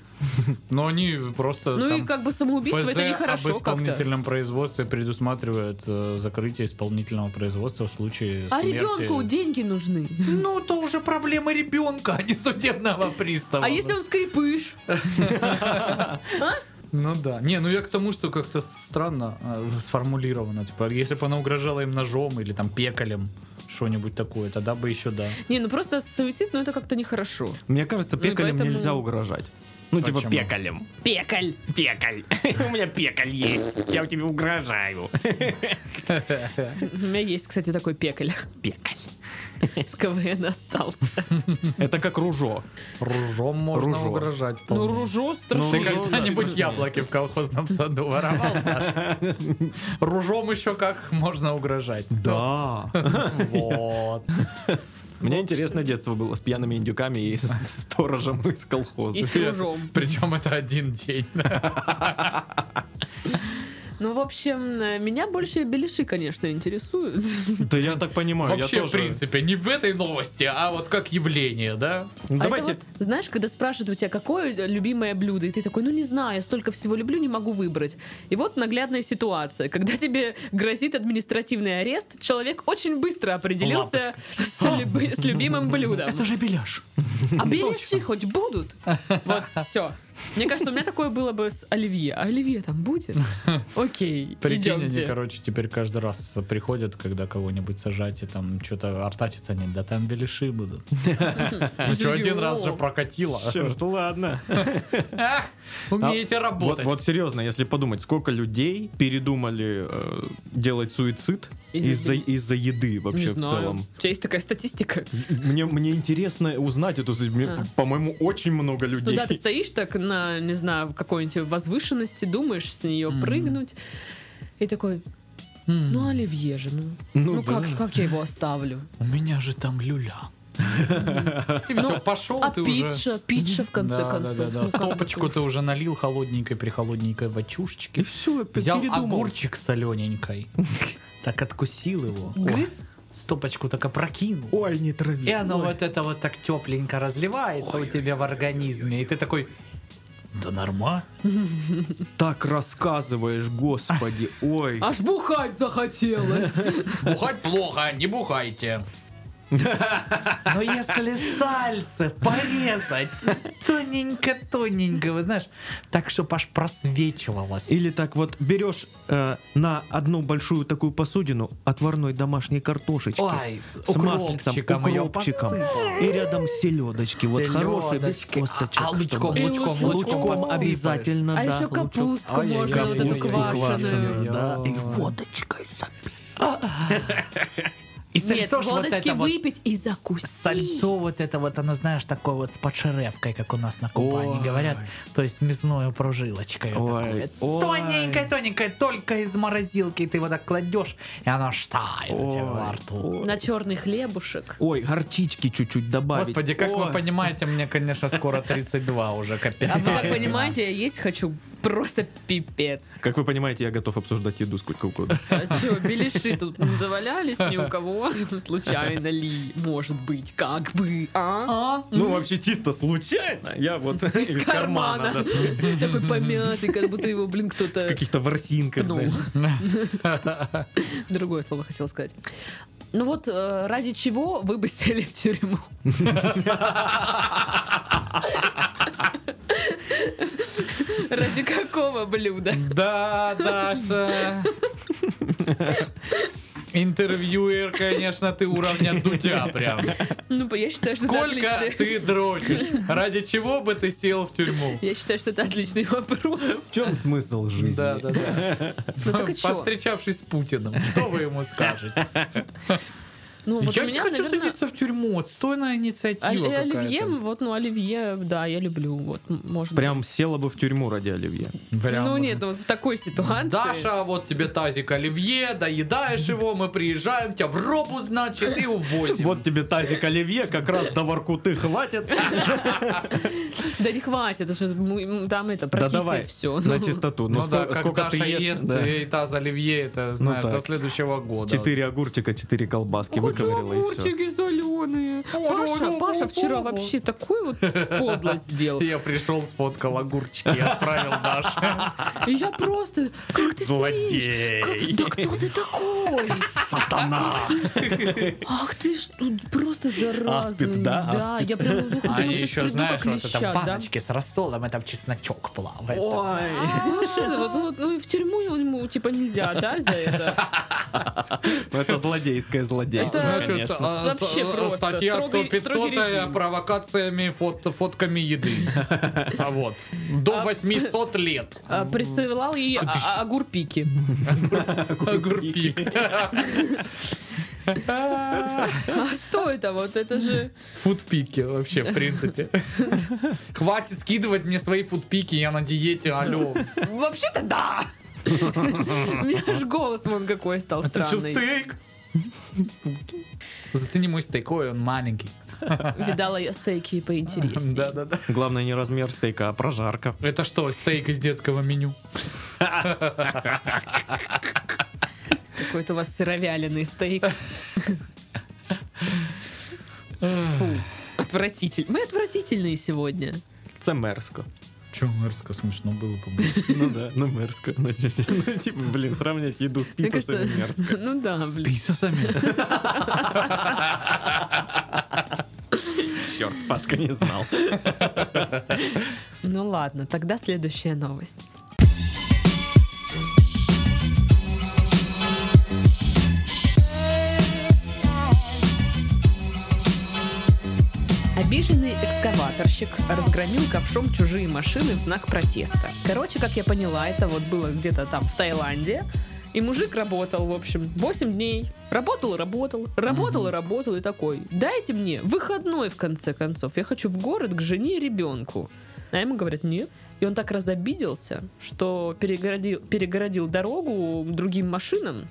Но они просто
Ну
там
и как бы самоубийство это
ПЗ
нехорошо
об
как-то.
исполнительном производстве предусматривает э, закрытие исполнительного производства в случае
А
смерти.
ребенку деньги нужны.
Ну, то уже проблема ребенка, а не судебного пристава.
А если он скрипыш?
Ну да. Не, ну я к тому, что как-то странно э, сформулировано. Типа, если бы она угрожала им ножом или там пекалем, что-нибудь такое, тогда бы еще да.
Не, ну просто суицид, ну это как-то нехорошо.
Мне кажется,
Ну и
пекалем
поэтому-
нельзя угрожать. Ну, типа
Почему?
пекалем.
Пекаль!
Пекаль. *laughs* У меня пекаль есть. Я тебе угрожаю.
У меня есть, кстати, такой пекаль.
Пекаль.
С КВН остался.
Это как ружо.
Ружом можно
Ружо.
угрожать. Ну,
Ну,
вполне.
ружо
Ты
страшно.
ружо,
когда-нибудь яблоки в колхозном саду воровал, *laughs* Саш? Ружом еще как можно угрожать.
Да.
Вот.
*laughs* Мне интересно детство было с пьяными индюками и с *laughs* сторожем из колхоза.
И с ружом.
Причем это один день.
Ну, в общем, э, меня больше беляши, конечно, интересуют. *laughs*
Да я так понимаю, я
Вообще, в
тоже.
принципе, не в этой новости, а вот как явление, да?
Ну,
А
Давайте.
это вот, знаешь, когда спрашивают у тебя, какое любимое блюдо, и ты такой, ну не знаю, я столько всего люблю, не могу выбрать. И вот наглядная ситуация, когда тебе грозит административный арест, человек очень быстро определился с, люби- с любимым блюдом.
же беляш.
А беляши хоть будут? Вот, все. Мне кажется, у меня такое было бы с оливье. А оливье там будет?
*laughs*
Окей,
Прикинь, они,
идемте.
короче, теперь каждый раз приходят, когда кого-нибудь сажать, и там что-то артачиться они, да там беляши будут. Еще один раз же прокатило.
*laughs* Черт, ладно.
Ах, Умеете
Вот,
работать.
вот серьезно, если подумать, сколько людей передумали э, делать суицид
Из-за
из-за
еды.
из-за еды вообще
Не
в
знаю.
целом.
У тебя есть такая статистика?
Мне, мне интересно узнать эту... с- мне,
А.
По-моему, очень много
Ну
людей.
да, ты стоишь так на, не знаю, в какой-нибудь возвышенности, думаешь с нее
Мгм.
прыгнуть. И такой,
М,
ну оливье же, ну.
Ну
Ну,
да.
как, как я его оставлю?
У меня же там люля. И все, пошел
А
ты уже.
пицца, пицца в конце
Да,
концов.
Да, да, да.
Ну, как
Стопочку
ты-
ты уже налил холодненькой, прихолодненькой
*laughs*
вачушечки.
И все,
Взял
передумал. *laughs*
огурчик солененькой. Так откусил его.
Грыз?
Стопочку так опрокинул.
Ой, не трави.
И оно
Ой.
вот это вот так тепленько разливается у тебя в организме. И ты такой, да нормально.
Так рассказываешь,
*laughs*
господи, ой.
А?
Аж бухать захотелось.
Бухать плохо, не бухайте. Но если сальце порезать тоненько-тоненько, вы знаешь, так, чтобы аж просвечивалось.
Или так вот берешь э, на одну большую такую посудину отварной домашней картошечки
Ой,
с маслицем,
укропчиком её
укропчиком
посыпал.
и рядом селедочки, вот хорошие без
Селёдочки.
косточек.
А- а лучком,
чтобы-
И
лучком,
лучком
лучком
посыпаешь.
обязательно,
А
да.
еще
лучок.
капустку можно, вот эту
Ой-ой-ой,
квашеную.
квашеную, да, и
водочкой И
Нет,
сальцо ж вот
водочки
это вот
выпить и закусить.
Сальцо вот это вот, оно, знаешь, такое вот с подшеревкой, как у нас на Кубани
Ой.
говорят. То есть с мясной прожилочкой. вот такое.
Ой, ой.
Тоненькое, тоненькое, только из морозилки. Ты его так кладешь, и оно штает у тебя во
Ой,
рту.
ой.
На черный
*laughs*
хлебушек.
Ой, горчички чуть-чуть добавить.
Господи, как
Ой.
вы понимаете, мне, конечно, *laughs* скоро 32 уже, капец.
А вы как понимаете, я есть хочу просто пипец.
Как вы понимаете, я готов обсуждать еду сколько угодно.
А что, беляши тут не завалялись ни у кого? *laughs* Случайно ли? Может быть, как бы, а?
Ну, вообще чисто случайно. Я *laughs* вот
Из, кармана.
да,
Такой помятый, как будто его, блин, кто-то...
каких-то ворсинках.
пнул.
знаешь.
*laughs* Другое слово хотел сказать. Ну вот, э, ради чего вы бы сели в тюрьму? *laughs* Ради какого блюда?
Да, Даша. Интервьюер, конечно, ты уровня Дудя прям.
Ну, я считаю, что это
Сколько
отличный...
ты дрочишь? Ради чего бы ты сел в тюрьму?
Я считаю, что это отличный вопрос.
В чем смысл жизни?
да.
Ну так и чё?
Повстречавшись с Путиным, что вы ему скажете?
Ну, *laughs* вот
Я
у
не
меня,
хочу
наверное,
садиться в тюрьму, отстойная
А-
инициатива
Оливье,
какая-то.
вот, ну, Оливье, да, я люблю, вот, м- может
Прям села бы в тюрьму ради Оливье.
быть.
Прям
Ну,
вот.
нет, ну, вот в такой ситуации.
Даша, вот тебе тазик Оливье, доедаешь его, мы приезжаем, тебя в робу, значит, и увозим.
Вот тебе тазик Оливье, как раз до Воркуты хватит.
Да не хватит, это же мы- м, там это
Да
прокиснет
давай,
все.
на чистоту.
Ну,
Ну,
да,
сколько,
как
сколько
Даша
ты ешь?
ест
да. Ну
и таз Оливье, это знаешь, до
так.
следующего года.
Четыре огурчика, четыре колбаски.
Хоть
выковырила и все.
соленые. Паша, Паша вчера вообще такую вот подлость сделал.
*laughs* Я пришел, сфоткал огурчики
*laughs*
и отправил Даше.
И я просто, как ты смеешь? Как- Да кто ты такой?
Сатана!
Ах ты ж тут просто зараза.
Аспид, да? Аспид.
я прям ух,
А
думаю,
они
что
еще,
приду,
знаешь,
как
вот это
леща, да?
баночки с рассолом, и там чесночок плавает.
Ой!
Ну что ты, вот- вот, ну и в тюрьму ему типа нельзя, да, за это?
Ну, Это злодейское злодейство,
Это-
конечно.
а,
Вообще
с- а,
просто.
Статья
Строгий- строгий
100-500
режим.
провокациями, фот-
*laughs*
фотками еды. А вот. До
А-
800 лет.
А, Присылал ей а- а- огурпики.
Огурки. *laughs*
А что это вот? Это же...
Фудпики вообще, в принципе. Хватит скидывать мне свои фудпики, я на диете, алло.
Вообще-то да! У меня аж голос вон какой стал
*laughs* Это что,
странный.
стейк? Зацени мой стейк, ой, он маленький.
Видала я стейки поинтереснее.
Да-да-да.
Главное не размер стейка, а прожарка.
Это что, стейк из детского меню?
Какой-то у вас сыровяленый стейк. Фу, отвратитель. Мы отвратительные сегодня.
Це мерзко.
Че, мерзко смешно было, по-моему. *laughs*
Ну да, ну мерзко. Ну, чё- чё- ну, типа, блин, сравнять еду с
Мне
писосами
кажется,
мерзко.
*laughs* Ну да, блин.
*laughs* Писосами.
Черт, Пашка не знал.
Ну ладно, тогда следующая новость. Обиженный экскаваторщик разгромил ковшом чужие машины в знак протеста. Короче, как я поняла, это вот было где-то там в Таиланде. И мужик работал, в общем, 8 дней. Работал, работал, работал, работал и такой. Дайте мне выходной, в конце концов. Я хочу в город к жене и ребенку. А ему говорят, нет. И он так разобиделся, что перегородил, перегородил дорогу другим машинам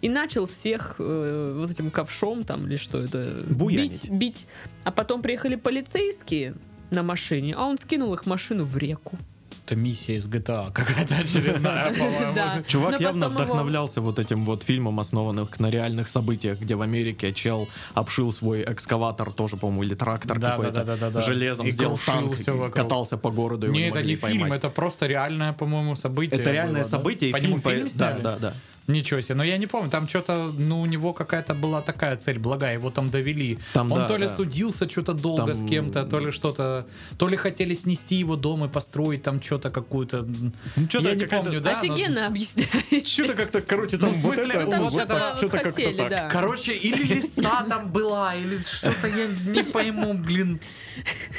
и начал всех э, вот этим ковшом там или что это...
Буянить.
Бить, бить. А потом приехали полицейские на машине, а он скинул их машину в реку. *laughs*
Это миссия из GTA *laughs* какая-то очередная, по-моему.
Да.
*laughs* Чувак
Но
явно
потом Ну, его-
вдохновлялся вот этим вот фильмом, основанных на реальных событиях, где в Америке чел обшил свой экскаватор тоже, по-моему, или трактор
Да,
какой-то
да, да, да, да, да.
железом,
И
сделал
крушил
танк,
всё
и
вокруг.
катался по городу, его
Не,
не
это
могли
не фильм,
поймать.
это просто реальное, по-моему, событие.
Это реальное
было, да?
событие, и
По нему
по-
фильм
да,
сняли?
да, да.
Ничего себе, но я не помню, там что-то, ну, у него какая-то была такая цель благая, его там довели.
Там,
Он
да,
то ли
да.
судился что-то
Там-
долго с кем-то, то ли что-то, то ли хотели снести его дом и построить там что-то какую-то... м,
Ну, чё-то
я не
какая-то-
помню, да? но-
Офигенно объясняет. *laughs*
Что-то как-то, короче, там
Ну, в
вот
смысле,
это,
вот
вот
это
так,
вот
что-то как-то
хотели,
так.
да.
Короче, или лиса там была, или что-то, я не пойму, блин.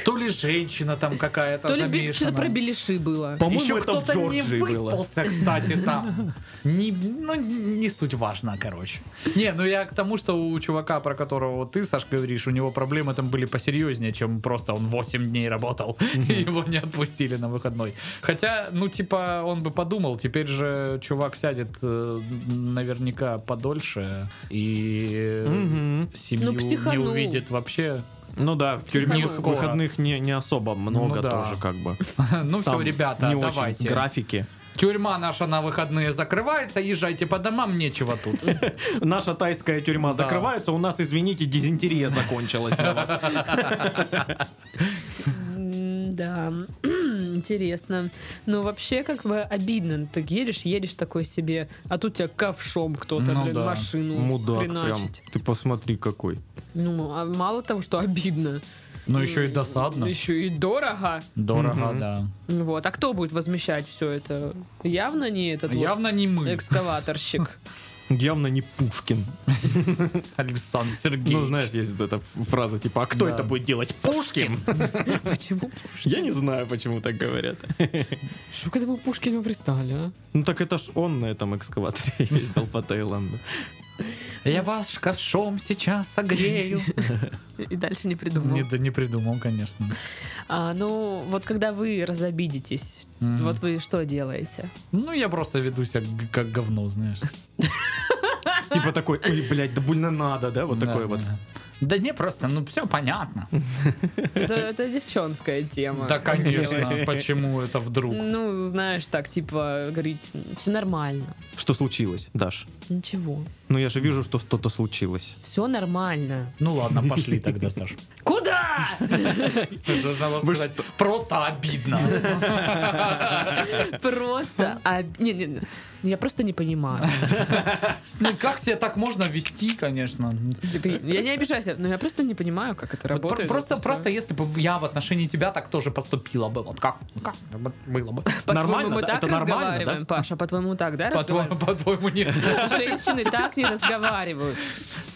То ли женщина там какая-то
То ли бе-
замешана.
что-то про беляши было.
По-моему,
Еще
это в
кто-то не
Джорджии было.
выспался, кстати, там. Не, ну, не суть важна, короче. Не, ну я к тому, что у чувака, про которого ты, Саш, говоришь, у него проблемы там были посерьезнее, чем просто он 8 дней работал, и *laughs* его не отпустили на выходной. Хотя, ну, типа, он бы подумал, теперь же чувак сядет э, наверняка подольше и э,
Мгм.
семью
Ну,
не
психанул.
увидит вообще. *laughs*
Ну да, в тюрьме
Не
скоро.
выходных не, не особо много
Ну да.
тоже как бы.
Ну все,
Там
ребята,
не очень
давайте.
Графики.
Тюрьма наша на выходные закрывается, езжайте по домам, нечего тут.
Наша тайская тюрьма
Да.
закрывается, у нас, извините, дизентерия закончилась для
*laughs*
вас.
М, Да, *clears throat* интересно. Ну, вообще, как бы обидно. Ты едешь, едешь такой себе, а тут тебя ковшом кто-то,
Ну
блин,
да.
машину
Мудак прям.
хреначит.
Ты посмотри какой.
Ну, а мало того, что обидно,
Ну еще и досадно.
еще и дорого.
Дорого,
Мгм.
да.
Вот. А кто будет возмещать все это? Явно не этот
Явно не
вот
мы, *laughs*
экскаваторщик.
Явно не Пушкин.
Александр Сергеевич.
Ну, знаешь, есть вот эта фраза, типа, а кто
Да.
это будет делать? Пушкин!
Почему?
Я не знаю, почему так говорят.
Что к этому Пушкину пристали, а?
Ну, так это ж он на этом экскаваторе *laughs* ездил по Таиланду.
Я вас ковшом сейчас *laughs* согрею.
И дальше не придумал.
Не, да не придумал, конечно.
А, ну, вот когда вы разобидитесь,
Мгм.
вот вы что делаете?
Ну, я просто веду себя г- как говно, знаешь.
Типа такой, ой, блядь, да больно надо, да? Вот
Да,
такой вот.
да. Да не, просто, ну все понятно.
Это, это девчонская тема.
Да, конечно, почему это вдруг?
Ну, знаешь, так, типа, говорить, все нормально,
Что случилось, Даш?
ничего,
Ну я же вижу, что что-то случилось.
все нормально.
Ну ладно, пошли тогда, Саш.
Куда?
Должна
*laughs*
вас
Вы
сказать, просто *laughs* обидно.
*laughs* Просто... об- Не, не, не. я просто не понимаю.
Ну как себя так можно вести, конечно?
Типа, Я не обижаюсь, но я просто не понимаю, как это
Вот про-
работает.
просто,
это всё.
просто если бы я в отношении тебя так тоже поступила бы, вот как, ну, как вот было бы?
По-твоему,
Нормально,
мы
да?
так
Это нормально,
разговариваем,
да?
Паша, а по-твоему, так, да,
По-твоему,
разговариваем?
по-твоему, нет.
Женщины так не разговаривают.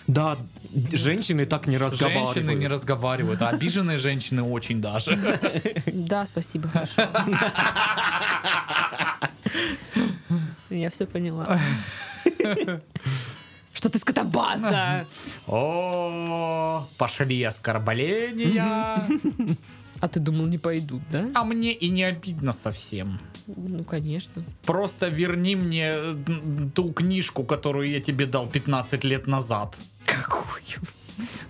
Да, женщины так не разговаривают.
Женщины не разговаривают, а обиженные женщины очень даже.
Да, спасибо, хорошо. Я все поняла. Что ты с Катабаса?
О, пошли оскорбления.
А ты думал, не пойдут, да?
А мне и не обидно совсем.
Ну, конечно.
Просто верни мне э, м, ту книжку, которую я тебе дал 15 лет назад.
Какую?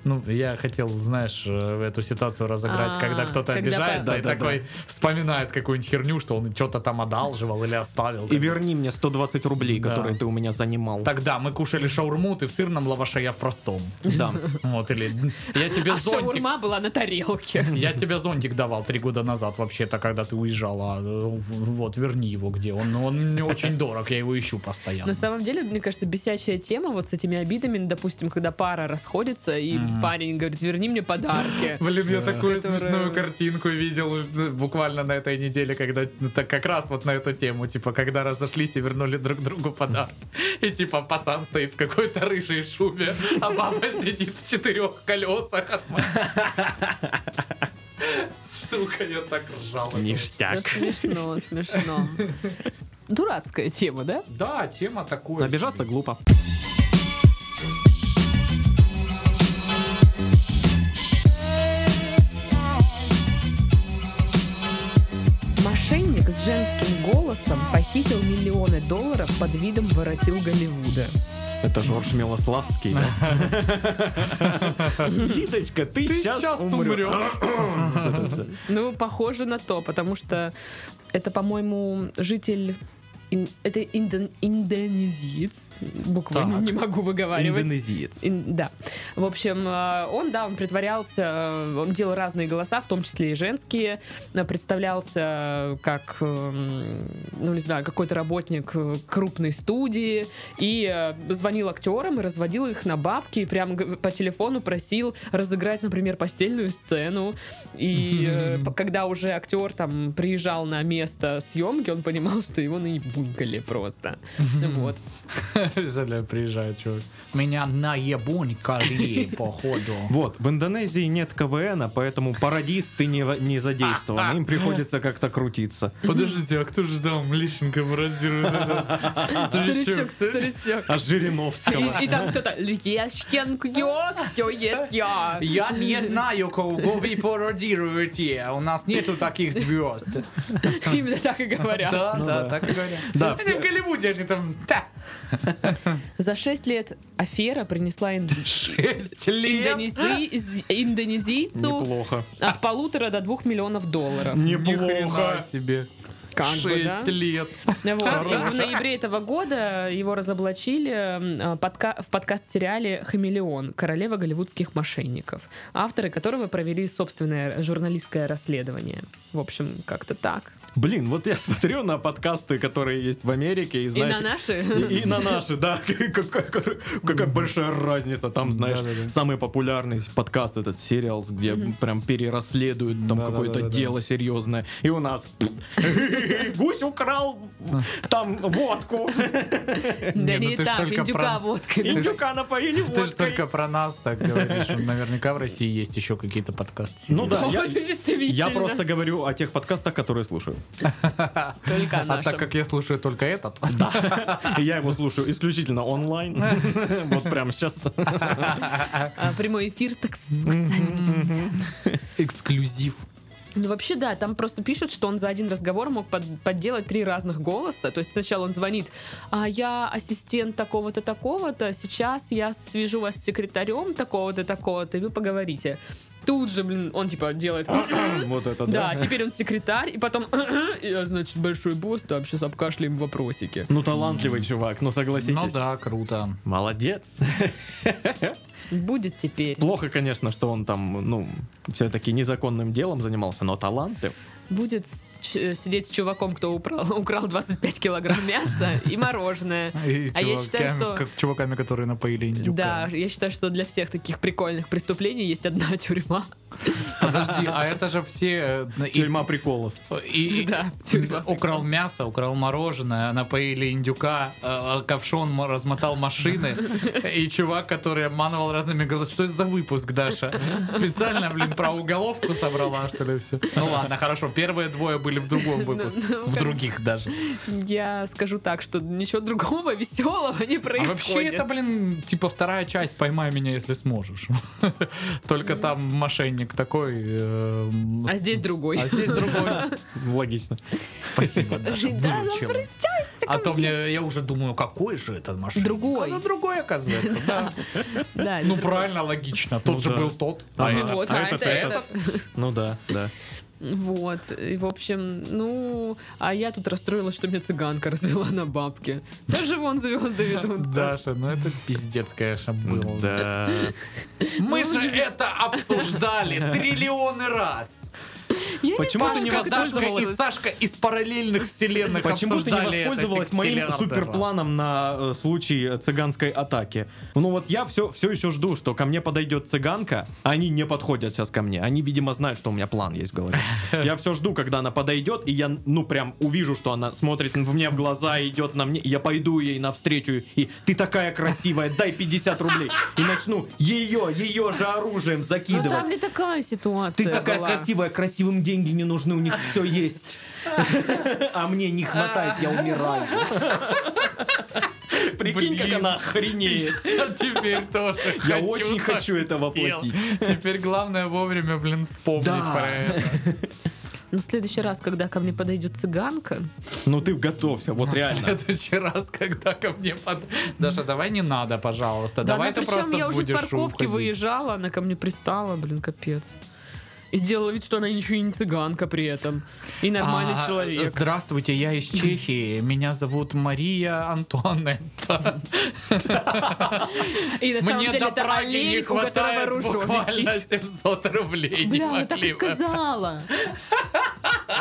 Ну, я хотел, знаешь, э, эту ситуацию разыграть,
А,
когда кто-то
когда
обижается
по-
и
Да, да,
такой вспоминает какую-нибудь херню, что он что-то там одалживал или оставил.
И верни мне 120 рублей,
Да.
которые ты у меня занимал.
Тогда мы кушали шаурму, ты в сырном лаваше, я в *laughs* простом.
Да.
Вот, или я тебе
А
зонтик...
шаурма была на тарелке.
Я тебе зонтик давал три года назад вообще-то, когда ты уезжала. Э, Вот, верни его где. Он, он мне очень дорог, я его ищу постоянно.
На самом деле, мне кажется, бесячая тема вот с этими обидами, допустим, когда пара расходится, и парень говорит, верни мне *laughs* подарки.
Блин, я такую
Которая-
смешную картинку видел э, буквально на этой неделе, когда ну, так как раз вот на эту тему, типа, когда разошлись и вернули друг другу подарки. И типа пацан стоит в какой-то рыжей шубе, а баба сидит в четырех колесах от ма- Сука, я так ржал.
Ну,
Ништяк.
Смешно, *laughs* смешно. Дурацкая тема, да?
Да, тема такой.
Обижаться глупо.
Мошенник с женским голосом похитил миллионы долларов под видом воротил Голливуда.
Это Жорж Милославский, да? Лидочка, ты
щас
сейчас
умрёшь.
умрешь.
Ну, похоже на то, потому что это, по-моему, житель... ин- Это индон- индонезиец. Буквально
Так.
не могу выговаривать.
Индонезиец.
Ин- Да. В общем, э, он, да, он притворялся, э, он делал разные голоса, в том числе и женские, э, представлялся э, как, эм, ну, не знаю, какой-то работник э, крупной студии, и э, звонил актерам и разводил их на бабки, и прям г- по телефону просил разыграть, например, постельную сцену, и э, п- когда уже актер там приезжал на место съемки, он понимал, что его наебунькали просто. Вот.
Представляю, приезжает чувак. Меня наебунькали, *laughs* походу.
Вот, в Индонезии нет КВН, а поэтому пародисты не, во- не задействованы. Им приходится как-то крутиться.
Подождите, а кто же там Лещенко пародирует?
Старичок, старичок.
А Жириновского.
И, и там кто-то Лешкин кнет, все ест я.
Я не знаю, кого вы пародируете. У нас нету таких звезд.
Именно так и говорят.
Да, Ну да, так и говорят.
Да,
Это в Голливуде они там... та,
За 6 лет афера принесла инд-
Шесть лет.
индонези- из- индонезийцу
Неплохо.
от полутора до двух миллионов долларов.
Неплохо.
себе.
Как бы, да?
Шесть лет.
Вот. И в ноябре этого года его разоблачили м, э, подка- в подкаст-сериале «Хамелеон. Королева голливудских мошенников», авторы которого провели собственное журналистское расследование. В общем, как-то так.
Блин, вот я смотрю на подкасты, которые есть в Америке, и знаешь...
и на наши...
И, и
*laughs*
на наши, да. *laughs* Какая, какая большая разница. Там, знаешь,
Да-да-да.
самый популярный подкаст этот сериал, где прям перерасследуют там
Да-да-да-да-да.
какое-то дело серьезное. И у нас *laughs* пф, гусь украл там
*laughs*
водку.
Да
Не, ну
не
ты ж
так,
только
индюка
про-
водкой.
Индюка напоили
Ты же
водкой.
только про нас так *laughs* говоришь. Наверняка в России есть еще какие-то подкасты.
Ну да, я, я
действительно.
просто говорю о тех подкастах, которые слушаю.
*laughs*
Только
А так
наша.
как я слушаю только этот,
И Я его слушаю исключительно
*laughs*
онлайн. Вот прям сейчас.
А, Прямой эфир, так сказать.
эксклюзив.
Ну, вообще, да, там просто пишут, что он за один разговор мог под- подделать три разных голоса. То есть сначала он звонит, а я ассистент такого-то, такого-то, сейчас я свяжу вас с секретарем такого-то, такого-то, и вы поговорите. Тут же, блин, он типа делает...
Вот это
Да, теперь он секретарь, и потом, *coughs* я, значит, большой босс, там сейчас обкашляем вопросики.
Ну, талантливый чувак, ну согласитесь.
Ну да, круто.
Молодец.
Будет теперь,
Плохо, конечно, что он там, ну, все-таки незаконным делом занимался, но таланты.
будет с- ч- сидеть с чуваком, кто украл, *laughs* украл 25 килограмм мяса и
*laughs*
мороженое. *laughs*
И
А я считаю,
чуваками-
что-
Как чуваками, которые напоили индюка.
Да, я считаю, что для всех таких прикольных преступлений есть одна *laughs* тюрьма.
*laughs* Подожди, а это же все... э, и-
Тюрьма приколов.
И,
Да, тюрьма.
украл мясо, украл мороженое, напоили индюка, э, ковшом мо-
*laughs*
размотал машины. И чувак, который обманывал разными голосами. Что это за выпуск, Даша? Специально, блин, про уголовку собрала, что ли, все? Ну ладно, хорошо, первые двое были в другом выпуске.
*laughs* Ну, ну,
В
как-
других даже.
Я скажу так, что ничего другого веселого не
А
происходит.
вообще это, блин, типа вторая часть «Поймай меня, если сможешь». *laughs* Только там мошенник такой... э,
А здесь другой.
А здесь другой.
Логично.
Спасибо, Даша,
Да,
выручила. А то мне, я уже думаю, какой же этот
*laughs*
машина?
Другой.
Ну, другой, оказывается,
*laughs*
да.
Да,
Ну,
это-
правильно, логично.
Ну
Тот же
да.
был тот.
А
этот-
Вот, а это, этот.
Ну да, да.
Вот. И, в общем, ну... А я тут расстроилась, что меня цыганка *laughs* развела на бабке. Даже вон звезды ведутся.
Даша, ну это пиздец, конечно, был.
Да.
Мы же это обсуждали триллионы раз.
Я не
Почему ты
знаю,
не
как это
Дашка и
получилось.
Сашка из параллельных вселенных
Почему ты не
обсуждали это
воспользовалась моим
60 раз. *laughs*
суперпланом на э, случай э, цыганской атаки? Ну вот я все, все еще жду, что ко мне подойдет цыганка. Они не подходят сейчас ко мне. Они, видимо, знают, что у меня план есть в
*laughs*
голове. Я все жду, когда она подойдет, и я, ну, прям увижу, что она смотрит в мне в глаза, и идет на мне. И я пойду ей навстречу, и ты такая красивая, дай 50 рублей. И начну ее, ее же оружием
Ну там
закидывать.
не такая ситуация
Ты такая
была.
красивая, красивым деньги не нужны, у них все есть. А мне не хватает, я умираю. Прикинь, как
Блин.
она охренеет.
А Теперь тоже.
Я очень
так
хочу это
сделать.
воплотить.
Теперь главное вовремя, блин, вспомнить
Да.
про это.
Ну, в следующий раз, когда ко мне подойдет цыганка,
Ну ты готовься, вот
В
реально.
следующий раз, когда ко мне под... Даша, давай не надо, пожалуйста.
Да,
давай
она
ты
причем
просто
я уже с
будешь
парковки
уходить.
выезжала, она ко мне пристала, блин, капец. И сделала вид, что она еще и не цыганка при этом. И нормальный
А,
человек.
Здравствуйте, я из Чехии. Меня зовут Мария Антуанетта.
И на самом
Мне
деле
до
это
Праги не
олень, у которого
хватает
ружо
буквально *laughs*
висит.
700 рублей. Не
Бля, она так
могли
и
бы.
сказала.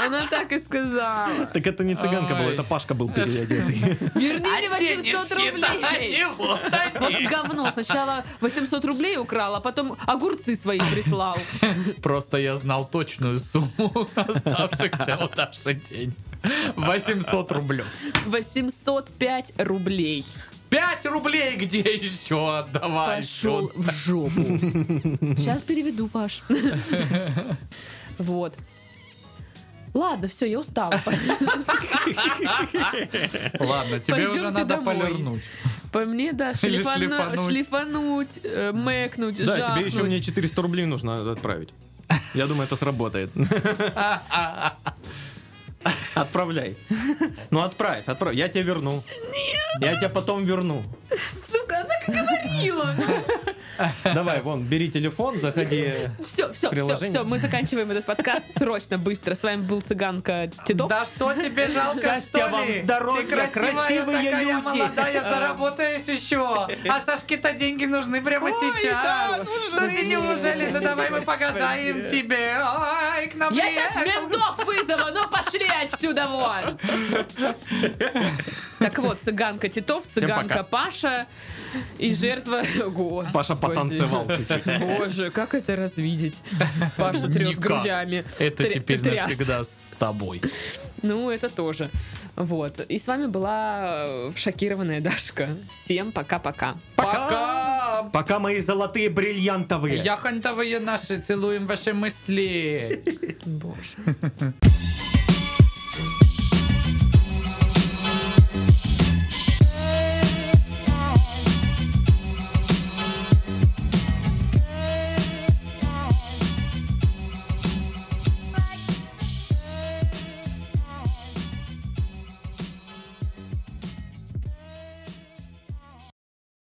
Она так и сказала.
Так это не цыганка была,
Ай.
это Пашка был
*laughs*
переодетый.
Верни мне 800
Денежки-то они,
рублей.
вот они.
Вот говно. Сначала 800 рублей украл, а потом огурцы свои прислал.
Просто я знал точную сумму *laughs* оставшихся у Даши день. 800 рублей.
805 рублей.
5 рублей где еще
А
отдавай?
Пошел
Что
в
*laughs*
жопу. Сейчас переведу, Паш. Вот. Ладно, все, я
*laughs*
устала.
Ладно, тебе
Пойдёмте
уже надо
домой.
полирнуть.
По мне, да,
Или
шлифану-
шлифануть.
шлифануть, э, мэкнуть,
Да, тебе еще
жахнуть.
мне 400 рублей нужно отправить. Я думаю, это сработает. Отправляй. Ну отправь, отправь. Я тебе верну. Я тебя потом верну.
Сука, она как
*laughs*
говорила.
Давай, вон, бери телефон, заходи.
Все, все, все,
Приложение.
все, мы заканчиваем этот подкаст срочно, быстро. С вами был Цыганка Титов.
Да что тебе жалко,
Счастья
что
вам,
ли?
здоровья,
Ты красивая
красивые
такая,
люди.
молодая, заработаешь еще. А Сашке-то деньги нужны прямо сейчас. ну ты неужели? Ну давай мы погадаем тебе. Ай, к нам
Я
приехал.
сейчас ментов вызову, ну пошли отсюда вон! Так вот, цыганка Титов, цыганка
пока.
Паша и жертва... *laughs* Господи.
Паша потанцевал чуть-чуть.
Боже, как это развидеть? Пашу трёс
Никак.
грудями.
Это
Тря-
теперь
тряс.
навсегда с тобой.
Ну, это тоже. Вот. И с вами была э, шокированная Дашка. Всем пока-пока.
Пока!
Пока мои золотые бриллиантовые.
Яхонтовые наши, целуем ваши мысли.
Боже.